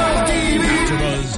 AfterBuzz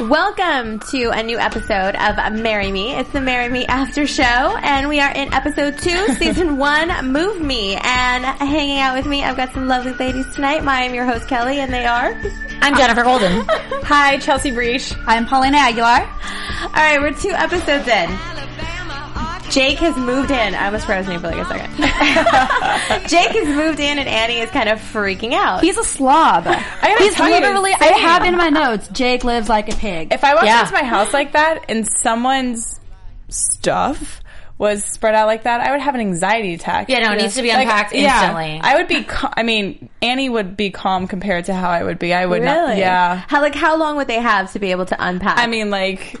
Welcome to a new episode of Marry Me. It's the Marry Me After Show, and we are in episode two, season one, Move Me. And hanging out with me, I've got some lovely ladies tonight. I am your host, Kelly, and they are. I'm Jennifer Golden. Hi, Chelsea Breach. I'm Paulina Aguilar. All right, we're two episodes in. Jake has moved in. I almost froze me for like a second. Jake has moved in, and Annie is kind of freaking out. He's a slob. He's tell you, literally. I same. have in my notes. Jake lives like a pig. If I walked Yeah. into my house like that and someone's stuff was spread out like that, I would have an anxiety attack. Yeah, no, it needs to be Like, unpacked yeah, instantly. I would be. Cal- I mean, Annie would be calm compared to how I would be. I would not. Really? Yeah. How like how long would they have to be able to unpack? I mean, like,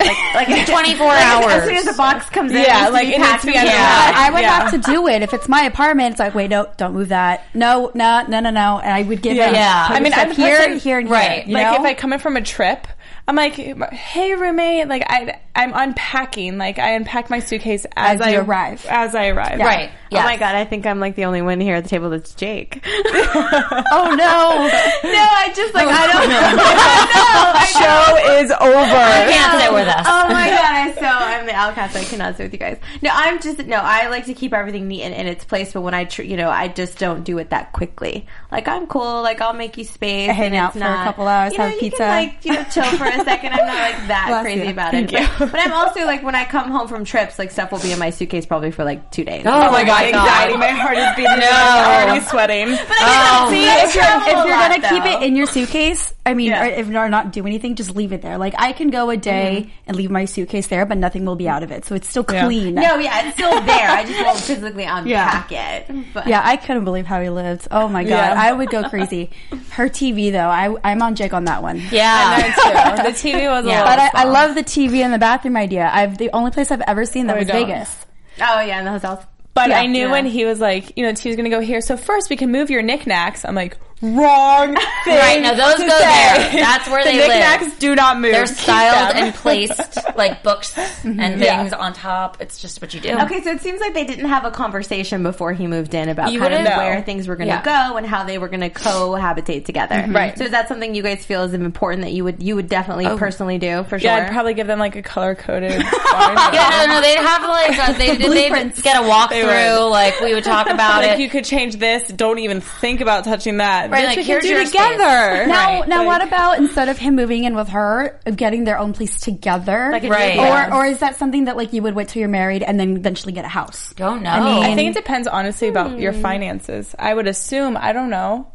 like 24 hours. as soon as the box comes in, it Yeah, needs to like, be it needs packed to be and unpacked. packed. I would Yeah. have to do it if it's my apartment. It's like, wait, no, don't move that. No, no, no, no, no. And I would give him. Yeah. I mean, I'm here, and here, and here. Right. You like know? if I come in from a trip, I'm like, hey roommate, like I, I'm unpacking. Like I unpack my suitcase as, As I you arrive. As I arrive. Right. Oh Yeah. my god, I think I'm like the only one here at the table that's Jake. oh no. No, I just like I don't know. Show is over. Can't sit with us. Oh my god, I so I'm the outcast. I cannot sit with you guys. No, I'm just no. I like to keep everything neat and in its place, but when I, tr- you know, I just don't do it that quickly. Like I'm cool. Like I'll make you space. Hang and out it's for a not- couple hours, You know, have you pizza. Can, like you know, chill for a second. I'm not like that Bless crazy you. about it. But, but I'm also like when I come home from trips, like stuff will be in my suitcase probably for like two days. Oh my God. Anxiety. My heart is beating. No. I'm already sweating. Oh, See, I if you're, travel if a you're lot, gonna keep though. it in your suitcase, I mean, Yeah. or if you're not do anything, just leave it there. Like I can go a day and leave my suitcase there, but nothing will be out of it, so it's still Mm-hmm. Yeah. clean. No, yeah, it's still there. I just won't physically unpack it. But Yeah, I couldn't believe how he lived. Oh my god, Yeah. I would go crazy. Her TV though, I I'm on Jake on that one. yeah. the TV was But a little I, I love the TV in the bathroom idea. I've the only place I've ever seen that We was don't. Vegas. Oh yeah, in the hotels. But Yeah. I knew Yeah. when he was like, you know, she was gonna go here. So first we can move your knickknacks. I'm like, wrong thing. Right, no, those to go say. there. That's where the they live. Knickknacks do not move. They're Keep styled them. and placed like books and things on top. It's just what you do. Okay, so it seems like they didn't have a conversation before he moved in about You kind of wouldn't know. where things were going to go and how they were going to cohabitate together. Mm-hmm. Right. Oh. So is that something you guys feel is important that you would you would definitely personally do for sure? Yeah, I'd probably give them like a color coded. Yeah, no, no, they'd have like a, they Blueprints. they'd get a walkthrough. would. Like we would talk about Like it. you could change this. Don't even think about touching that. Right, This like, we can here's do your together. Now, Right. now what about instead of him moving in with her, of getting their own place together? Like a Right. date. or, or is that something that like you would wait till you're married and then eventually get a house? Don't know. mean- I think it depends honestly about your finances. I would assume. I don't know.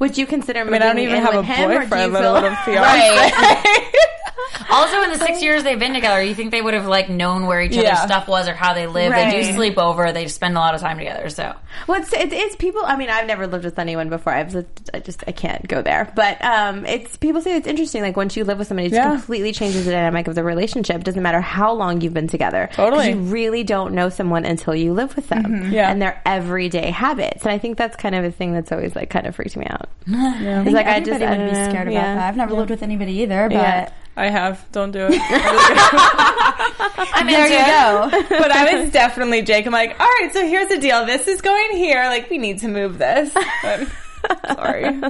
would you consider I mean, moving I don't even in have a with him, or do boyfriend, you let alone a feel? fiance. Right. also, in the six years they've been together, you think they would have like known where each Yeah. other's stuff was or how they lived? They do Right. sleep over. They spend a lot of time together. So Well, it's, it is people. I mean, I've never lived with anyone before. I've lived, I just I can't go there. But um, it's people say it's interesting. Like once you live with somebody, it just Yeah. completely changes the dynamic of the relationship. Doesn't matter how long you've been together. 'Cause Totally. Mm-hmm. you really don't know someone until you live with them Yeah. and their everyday habits. And I think that's kind of a thing that's always like kind of freaks me out. Yeah. I Like I just everybody I would be don't know. scared about Yeah. that. I've never lived with anybody either, but Yeah, I have. Don't do it. I'm there into you it. go. but I was definitely Jake. I'm like, all right, so here's the deal. This is going here. Like, we need to move this. But, sorry.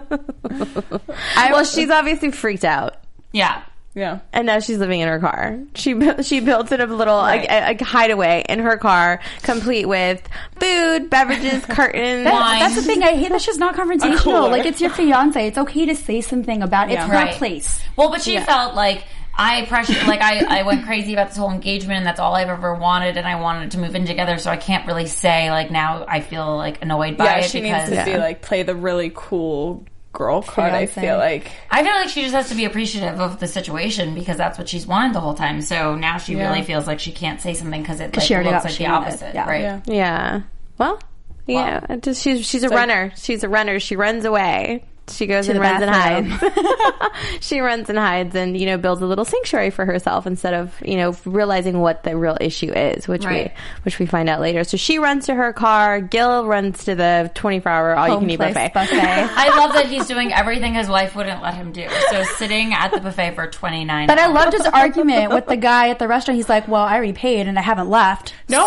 well, she's obviously freaked out. Yeah. Yeah. and now she's living in her car. She bu- she built it a little like a, a hideaway in her car, complete with food, beverages, curtains. Wine. That's the thing. I hate that she's not confrontational. Like it's your fiance. It's okay to say something about it. It's her Right. place. Well, but she felt like I pressured, like I, I went crazy about this whole engagement, and that's all I've ever wanted, and I wanted to move in together. So I can't really say like now I feel like annoyed by Yeah, it she because needs to be like, play the really cool girl card. I Fiancé. feel like I feel like she just has to be appreciative of the situation because that's what she's wanted the whole time. So now she really feels like she can't say something because it like, she already looks got like what the she wanted. opposite, Yeah. right? Yeah. Yeah. Well, yeah. it Just, she's she's a runner. She's a runner. She runs away. She goes and the runs and bathroom. hides. she runs and hides, and you know, builds a little sanctuary for herself instead of you know realizing what the real issue is, which Right. we which we find out later. So she runs to her car. Gil runs to the twenty four hour all you can eat buffet. I love that he's doing everything his wife wouldn't let him do. So sitting at the buffet for twenty nine. But I loved his argument with the guy at the restaurant. He's like, "Well, I already paid and I haven't left." no, I,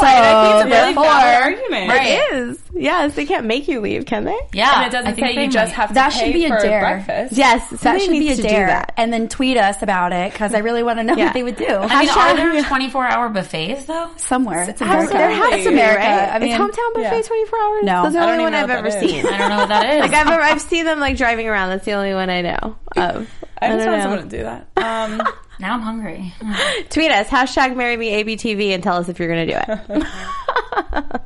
I think it's a really valid argument. Right. It is. Yes, they can't make you leave, can they? yeah, And it I doesn't think say they you just might. have to That pay should be a for dare. breakfast. Yes, that should be a to do dare, that. and then tweet us about it because I really want to know Yeah. what they would do. I mean, are Hashtag there twenty four hour buffets though? somewhere. It's Has- America. there has It's to be, America. right? I mean, it's hometown buffet yeah. 24 hours. No. that's the I only don't even one know I've what ever that is. seen. I don't know what that is. Like I've, ever, I've seen them like driving around. That's the only one I know of. I don't just want know. someone to do that. Um, now I'm hungry. Tweet us hashtag marry me ABTV and tell us if you're going to do it.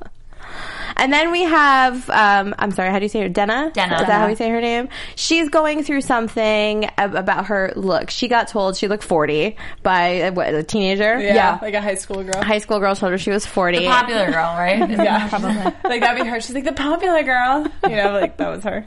and then we have um, I'm sorry, how do you say her? Denna. Denna. Is that how we say her name? She's going through something ab- about her look. She got told she looked 40 by uh, what, a teenager. yeah, Yeah. like a high school girl. High school girl told her she was 40. Popular girl, right? yeah, like that'd be her. She's like the popular girl. You know, like that was her.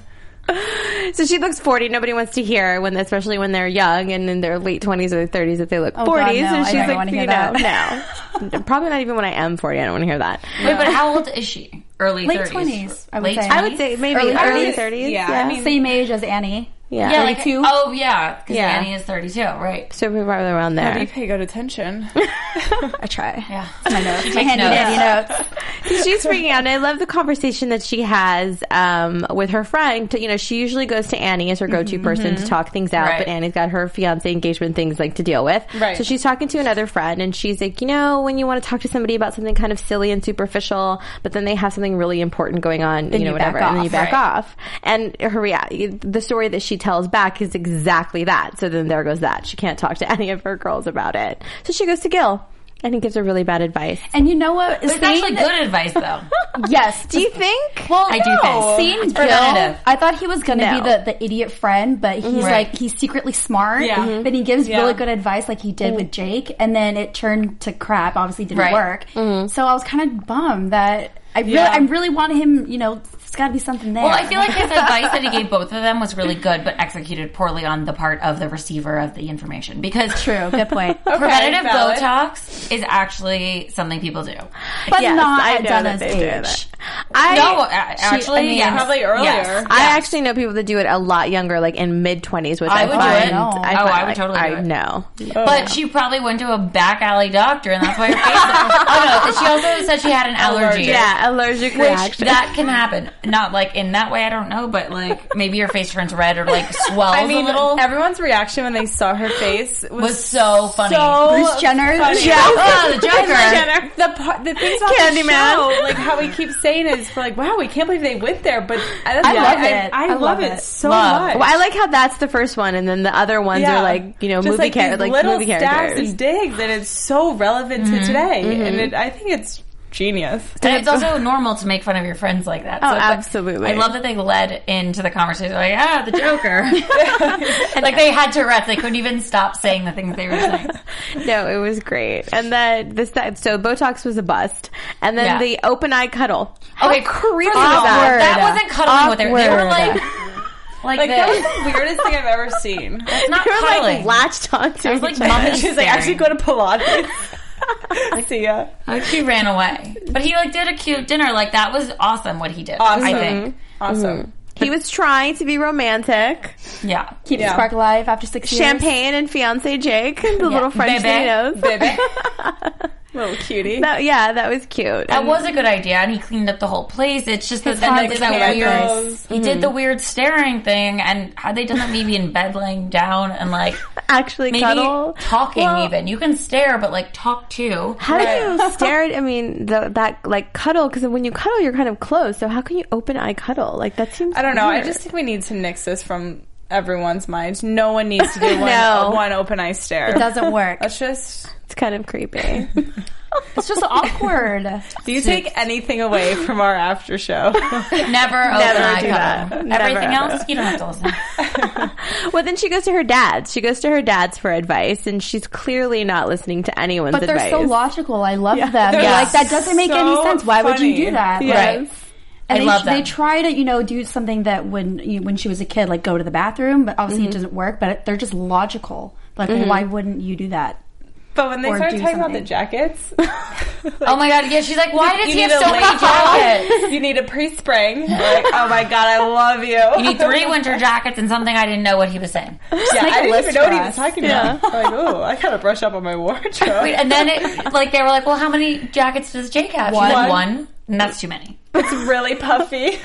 So she looks 40. Nobody wants to hear when, especially when they're young and in their late 20s or 30s, that they look 40s. Oh, God, no. I and she's don't like, wanna you hear know, no. Probably not even when I am 40. I don't want to hear that. Wait, but how old is she? Early Late 30s. 20s, I would Late say. 20s? I would say maybe early, Early 30s. 30s. Yeah, I mean- same age as Annie. yeah. Yeah, Like, like, 32? oh yeah, because Yeah. Annie is 32, right? so we're probably around How do you there. pay good attention? I try. Yeah. My notes. My takes handy notes. dandy notes. She's freaking out. And I love the conversation that she has um, with her friend. You know, she usually goes to Annie as her go-to person to talk things out, Right. but Annie's got her fiance engagement things like to deal with. Right. So she's talking to another friend, and she's like, you know, when you want to talk to somebody about something kind of silly and superficial, but then they have something really important going on, you know, you back whatever, and then off. you back Right. off. And her rea- the story that she tells back is exactly that. So then there goes that. She can't talk to any of her girls about it. So she goes to Gil. And he gives her really bad advice. And you know what? It's actually good advice though. Yes. Do you think? Well, I do no. think. seeing It's Gil, preventative. I thought he was gonna No. be the, the idiot friend, but he's Right. like he's secretly smart. Yeah. Mhm. But he gives Yeah. really good advice, like he did with Jake, and then it turned to crap. Obviously, didn't Right. work. So I was kind of bummed that I really, Yeah. I really wanted him. You know, it's got to be something there. Well, I feel like his advice that he gave both of them was really good, but executed poorly on the part of the receiver of the information because true. Good point. preventative valid. Botox is actually something people do. but Yes, not I at know that Donna's they do age. I no, a- actually, I mean, yes. Probably earlier. Yes. I actually know people that do it a lot younger, like in mid twenties, which I, I would do find, it. I Oh, find, I would like, totally do I it. know. But she probably went to a back alley doctor, and that's why her face. oh no! She also said she had an allergy. Yeah, allergic Which reaction. that can happen. Not like in that way, I don't know, but like maybe your face turns red or like swells I mean, a little. everyone's reaction when they saw her face was, was so funny. so Bruce Jenner. funny. Oh, the Joker. Jenner. The part, the things about the Candyman. show, like how we keep saying it, is we're like, wow, we can't believe they went there. But that's I why love it. I, I love, love it it. so Love. much. well, I like how that's the first one, and then the other ones Yeah. are like you know Just movie like, char- these like little movie stabs characters. Mm-hmm. and digs, and it's so relevant to today. And it, I think it's genius. And it's also normal to make fun of your friends like that. Oh, but absolutely. I love that they led into the conversation like, ah, the Joker. like they had to rest. They couldn't even stop saying the things they were saying. No, it was great. And then the se- so Botox was a bust, and then Yeah. the open eye cuddle. okay, creepy first of all, was that? That wasn't cuddling with her. They were like, like, Like that was this. the weirdest thing I've ever seen. It's not They were cuddling. like latched onto. it was each like other. mummy She's like, actually go to Pilates. See ya. Like she ran away, but he like did a cute dinner. Like that was awesome. What he did, Awesome. I think. Mm-hmm. Awesome. he was trying to be romantic. Yeah, Keep the Yeah. spark alive after six years. Champagne and fiance Jake, the little French Bebe. that he knows. Baby. Little cutie. That- yeah, that was cute. that And- was a good idea, and he cleaned up the whole place. It's just that His then they hot did that candles. weird. He Mm-hmm. did the weird staring thing, and had they done that maybe in bed, laying down and like actually maybe cuddle. talking Well, even. You can stare, but like talk too. How do you stare at? I mean, the, that like cuddle because when you cuddle, you're kind of close. So how can you open eye cuddle? Like that seems. I don't know. I weird. just think we need to nix this from everyone's minds. No one needs to do one, No. one open eye stare. Doesn't work. Let's just it's kind of creepy. It's just awkward. Do you take anything away from our after show? Never open eye do that. contact. Never Everything ever. else, you don't have to listen. Well, then she goes to her dad's. She goes to her dad's for advice, and she's clearly not listening to anyone's But they're advice. so logical. I love them. You're They're like, that doesn't make any so sense. Why would you funny. do that? Yes. Like, I and they, love they them. try to, you know, do something that when you, when she was a kid, like go to the bathroom, but obviously it doesn't work. But they're just logical. Like, why wouldn't you do that? But when they Or started do talking about something. the jackets, Oh my god, yeah, she's like, why does you he need have a so late many jackets? jacket. you need a pre-spring. Like, oh my god, I love you. You need three winter jackets and something I didn't know what he was saying. Yeah, make a I didn't list even know for what he was us. talking about. Like, oh, I gotta brush up on my wardrobe. Wait, and then it, like they were like, well, how many jackets does Jake have? She's One. like, one. And that's too many. it's really puffy.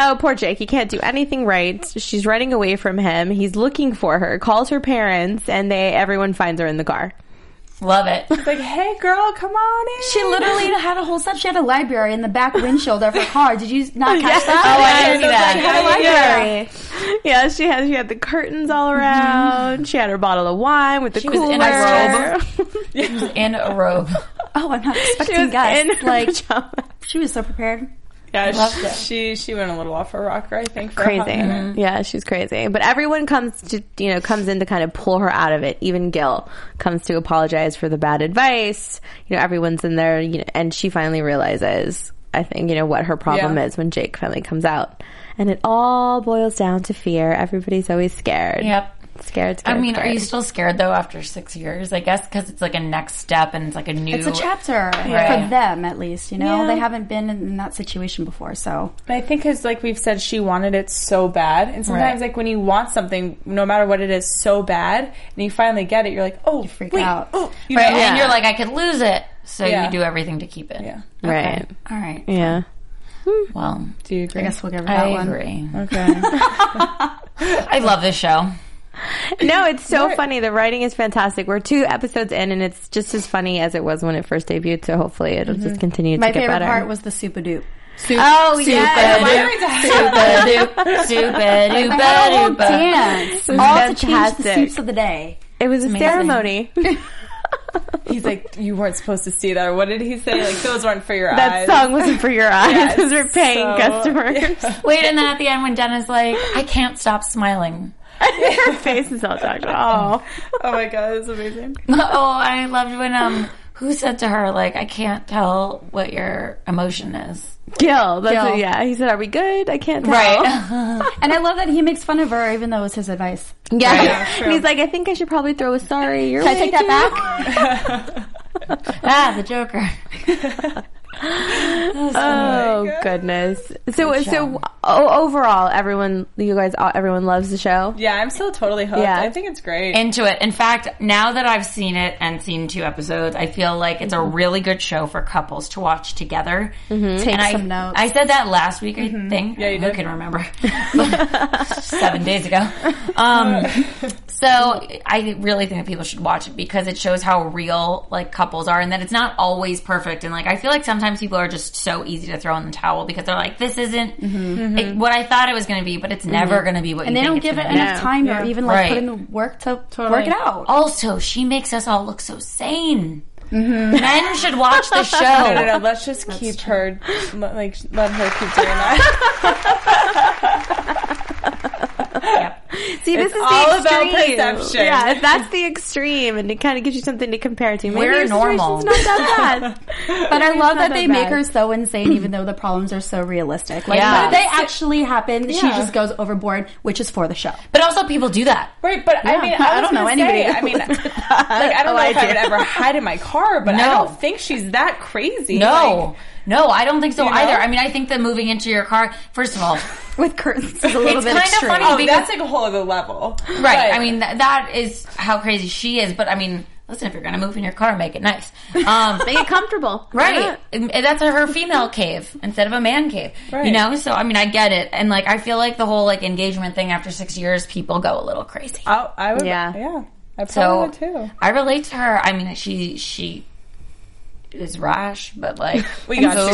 Oh, poor Jake. He can't do anything right. She's running away from him. He's looking for her. Calls her parents, and they everyone finds her in the car. Love it. It's like, hey, girl, come on in. She literally had a whole stuff. She had a library in the back windshield of her car. Did you not catch Oh, that? I didn't Yes, see I that. was like, hey, Yeah. Yeah, she had she had the curtains all around. She had her bottle of wine with the was cooler. in a In a robe. Oh, I'm not she expecting was in guys. her Like, pajamas. she was so prepared. Yeah, loved it. she, she went a little off her rocker, I think. For a hot Crazy. minute. Mm-hmm. Yeah, she's crazy. But everyone comes to you know comes in to kind of pull her out of it. Even Gil comes to apologize for the bad advice. You know, everyone's in there, you know, and she finally realizes. I think you know what her problem Yeah. is when Jake finally comes out, and it all boils down to fear. Everybody's always scared. Yep. Scared, scared. I mean, are scared. you still scared though after six years? I guess because it's like a next step and it's like a new. It's a chapter for Right. them, at least. You know, Yeah. they haven't been in that situation before, so But I think because, like we've said, she wanted it so bad, and sometimes, Right. like when you want something, no matter what it is, so bad, and you finally get it, you're like, oh, freak wait, out. Oh, you Right, know? and you're like, I could lose it, so Yeah. you do everything to keep it. Yeah. right? All right. Yeah. Well, Do you agree? I guess we'll give her that I one. agree. Okay. I love this show. No, it's so funny. The writing is fantastic. We're two episodes in, and it's just as funny as it was when it first debuted. So hopefully, it'll just continue to My get favorite better. part was the super dupe. oh yeah, Super duper All duper duper. dance, all to change the Fantastic. soups of the day. It was a ceremony. He's like, you weren't supposed to see that. Or what did he say? Like, those weren't for your That eyes. song wasn't for your eyes. Yeah, Those were paying so- customers. Wait, and then at the end when Jenna's like, I can't stop smiling. Her face is all talked about. Oh my god, that's amazing. oh, I loved when um, who said to her like, I can't tell what your emotion is. Oh, Gil. That's Gil. What, yeah. He said, "Are we good?" I can't tell. And I love that he makes fun of her, even though it was his advice. Yeah. true. and he's like, "I think I should probably throw a sorry." Your Can I way take too." that back? ah, the Joker. Oh goodness. So so oh, overall, everyone, you guys, all- everyone loves the show. Yeah, I'm still totally hooked. Yeah. I think it's great. into it. In fact, now that I've seen it and seen two episodes, I feel like it's a Mm-hmm. really good show for couples to watch together. Take And I, some notes. Mm-hmm. I said that last week, I think. Yeah, you Who did. can remember? Seven days ago. Um, so I really think that people should watch it because it shows how real like couples are and that it's not always perfect. And like, I feel like sometimes people are just so easy to throw in the towel because they're like, this isn't it- what I thought it was going to be, but it's never going to be what Mm-hmm. and you think they don't it's give it gonna be. enough time or even like Right. put in the work to work it out. Also, she makes us all look so sane. Men should watch the show. no, no, no. Let's just keep her, let- like, let her keep doing that. Yep. See, this is all the about extreme. perception. Yeah, that's the extreme, and it kind of gives you something to compare to. Maybe We're your situation's normal. Not that bad. But I love not that that they make bad. her so insane, even though the problems are so realistic. Like, Yeah. but they actually happen. She just goes overboard, which is for the show. But also, people do that. Right, but I mean, I, I don't was know gonna anybody say, who I mean, like, I don't know if I would ever hide in my car, but I No. don't think she's that crazy. No, no, I don't think so You know? either. I mean, I think that moving into your car, first of all, With curtains, is a little It's bit kind of extreme. funny. Like, oh, Because- that's like a whole other level. right? But- I mean, th- that is how crazy she is. But I mean, listen, if you're gonna move in your car, make it nice. Um, Make it comfortable, Right. And That's her female cave instead of a man cave. You know? So, I mean, I get it. And like, I feel like the whole like engagement thing after six years, people go a little crazy. I, I would, Yeah. yeah, yeah, I probably So would too. I relate to her. I mean, she she is rash, but like We got who you.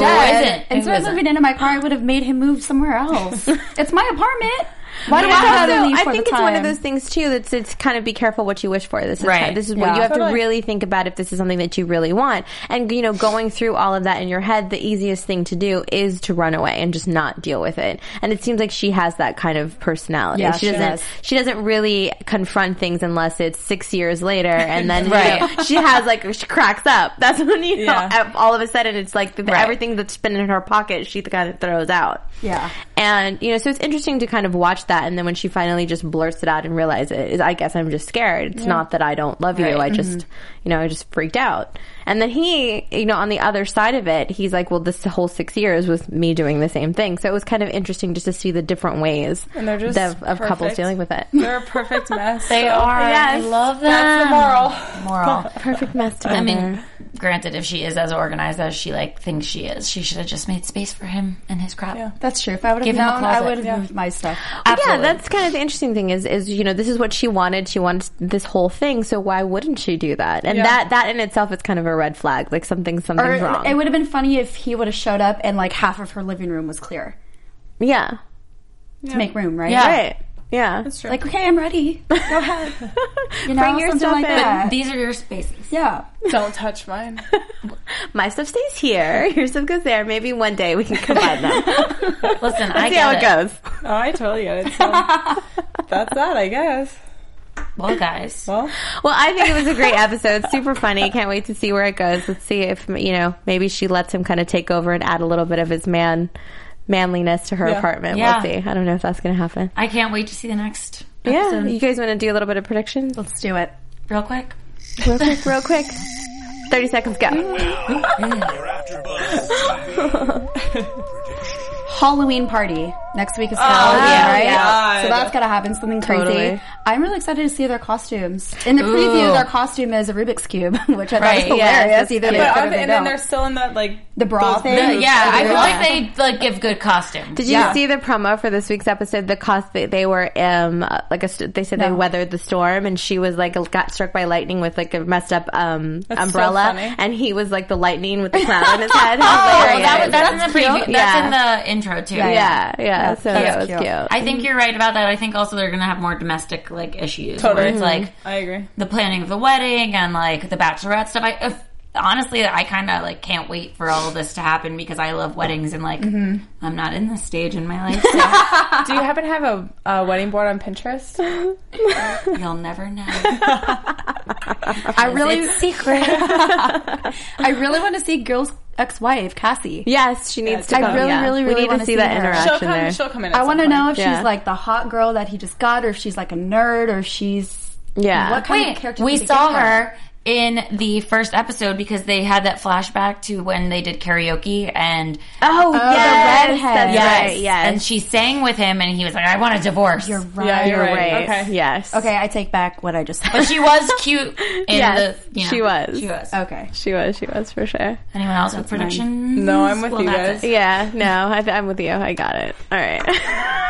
isn't? Who Instead of isn't? moving into my car, I would have made him move somewhere else. it's my apartment. Why do I But have to also, leave for I think the it's one of time? those things too that's it's kind of be careful what you wish for. This is Right. kind- this is Yeah. what you have Totally. to really think about if this is something that you really want. And you know, going through all of that in your head, the easiest thing to do is to run away and just not deal with it. And it seems like she has that kind of personality. Yeah, she she doesn't does. she doesn't really confront things unless it's six years later and then you know, Right. she has like she cracks up. That's when you know Yeah. all of a sudden it's like the, Right. everything that's been in her pocket she kind of throws out. Yeah. And, you know, so it's interesting to kind of watch that. And then when she finally just blurts it out and realize it is, I guess I'm just scared. It's not that I don't love you. I just, Mm-hmm. you know, I just freaked out. And then he, you know, on the other side of it, he's like, well, this whole six years was me doing the same thing. So it was kind of interesting just to see the different ways And they're just of, of couples perfect. dealing with it. They're a perfect mess. They so- are. I Yes. love them. That's the moral. Moral. Perfect mess together. I mean, granted, if she is as organized as she like thinks she is, she should have just made space for him and his crap. That's true. If I would have Give him a known, I closet. would have moved my stuff. yeah, that's kind of the interesting thing is, is, you know, this is what she wanted. She wants this whole thing. So why wouldn't she do that? And Yeah. that, that in itself is kind of a red flag. Like something, Or something's wrong. it would have been funny if he would have showed up and like half of her living room was clear yeah. to make room, right? Yeah. Right. Yeah. Like, okay, I'm ready. Go ahead. You know, Bring your something stuff like in. that. These are your spaces. yeah. Don't touch mine. My stuff stays here. Your stuff goes there. Maybe one day we can combine them. Listen, I See get how it goes. Oh, I totally get it. So that's that, I guess. Well, guys, Well, Well, I think it was a great episode. Super funny. Can't wait to see where it goes. Let's see if you know maybe she lets him kind of take over and add a little bit of his man manliness to her Yeah. apartment. Yeah. We'll see. I don't know if that's going to happen. I can't wait to see the next Yeah. You guys want to do a little bit of predictions? Let's do it. real quick. Real quick. Real quick. Thirty seconds. Go. Halloween party next week is Halloween, yeah. right? God. So that's gotta happen. Something crazy. Totally. I'm really excited to see their costumes. In the preview, Ooh. their costume is a Rubik's cube, which I thought was Right, hilarious. yes, that's Either they cute. but fit or I'm, they and then don't. they're still in that like The bra those thing? boots. Yeah, I feel Yeah. like they like give good costume. Did you see the promo for this week's episode? The cost they, they were um uh, like a st- they said they No. weathered the storm, and she was like got struck by lightning with like a messed up um so umbrella, funny. and he was like the lightning with the cloud on his head. It was Oh, hilarious. that was, that's, in the preview. cute. That's Yeah. in the intro too. yeah, yeah. so that was cute. cute. I think you're right about that. I think also they're gonna have more domestic like issues. Where Totally. it's like I agree. the planning of the wedding and like the bachelorette stuff. I if, honestly, I kind of like can't wait for all of this to happen because I love weddings and like I'm not in this stage in my life. So Do you happen to have a, a wedding board on Pinterest? you'll never know. I really, It's secret. I really want to see girl's ex-wife Cassie. Yes, she needs to. I come, really, yeah. really, really we need to wanna see, see that her. interaction She'll come. there. She'll come in. At I want want to know if Yeah. she's like the hot girl that he just got, or if she's like a nerd, or if she's Yeah. What kind of Wait, character? we did they saw give her in the first episode because they had that flashback to when they did karaoke and oh, Oh, the yes, redhead. that's right. Yes, and she sang with him and he was like I want a divorce. You're right. Yeah, you're You're right. right. Okay. Yes. Okay, I take back what I just said. But she was cute in Yes, the you know, she was. She was. okay. She was. She was for sure. Anyone else with predictions? No, I'm with Well, you that's guys. it. Yeah, no, I, I'm with you. I got it. All right.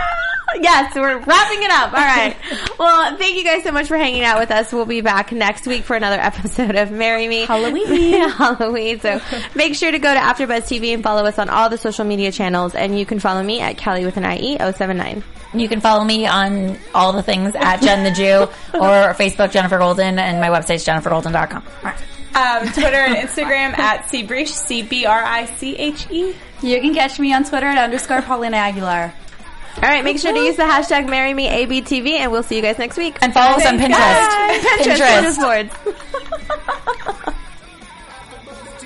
yes, we're wrapping it up. All right. Well, thank you guys so much for hanging out with us. We'll be back next week for another episode of Marry Me Halloween. Halloween. So make sure to go to AfterBuzz TV and follow us on all the social media channels. And you can follow me at Callie with an E, IE 079. You can follow me on all the things at Jen the Jew or Facebook Jennifer Golden and my website's jennifergolden.com. All right. Um, Twitter and Instagram at Cbriche, C B R I C H E. You can catch me on Twitter at underscore Paulina Aguilar. All right. Make sure to use the hashtag Marry Me ABTV, and we'll see you guys next week. And follow us on Pinterest. Pinterest, Pinterest boards.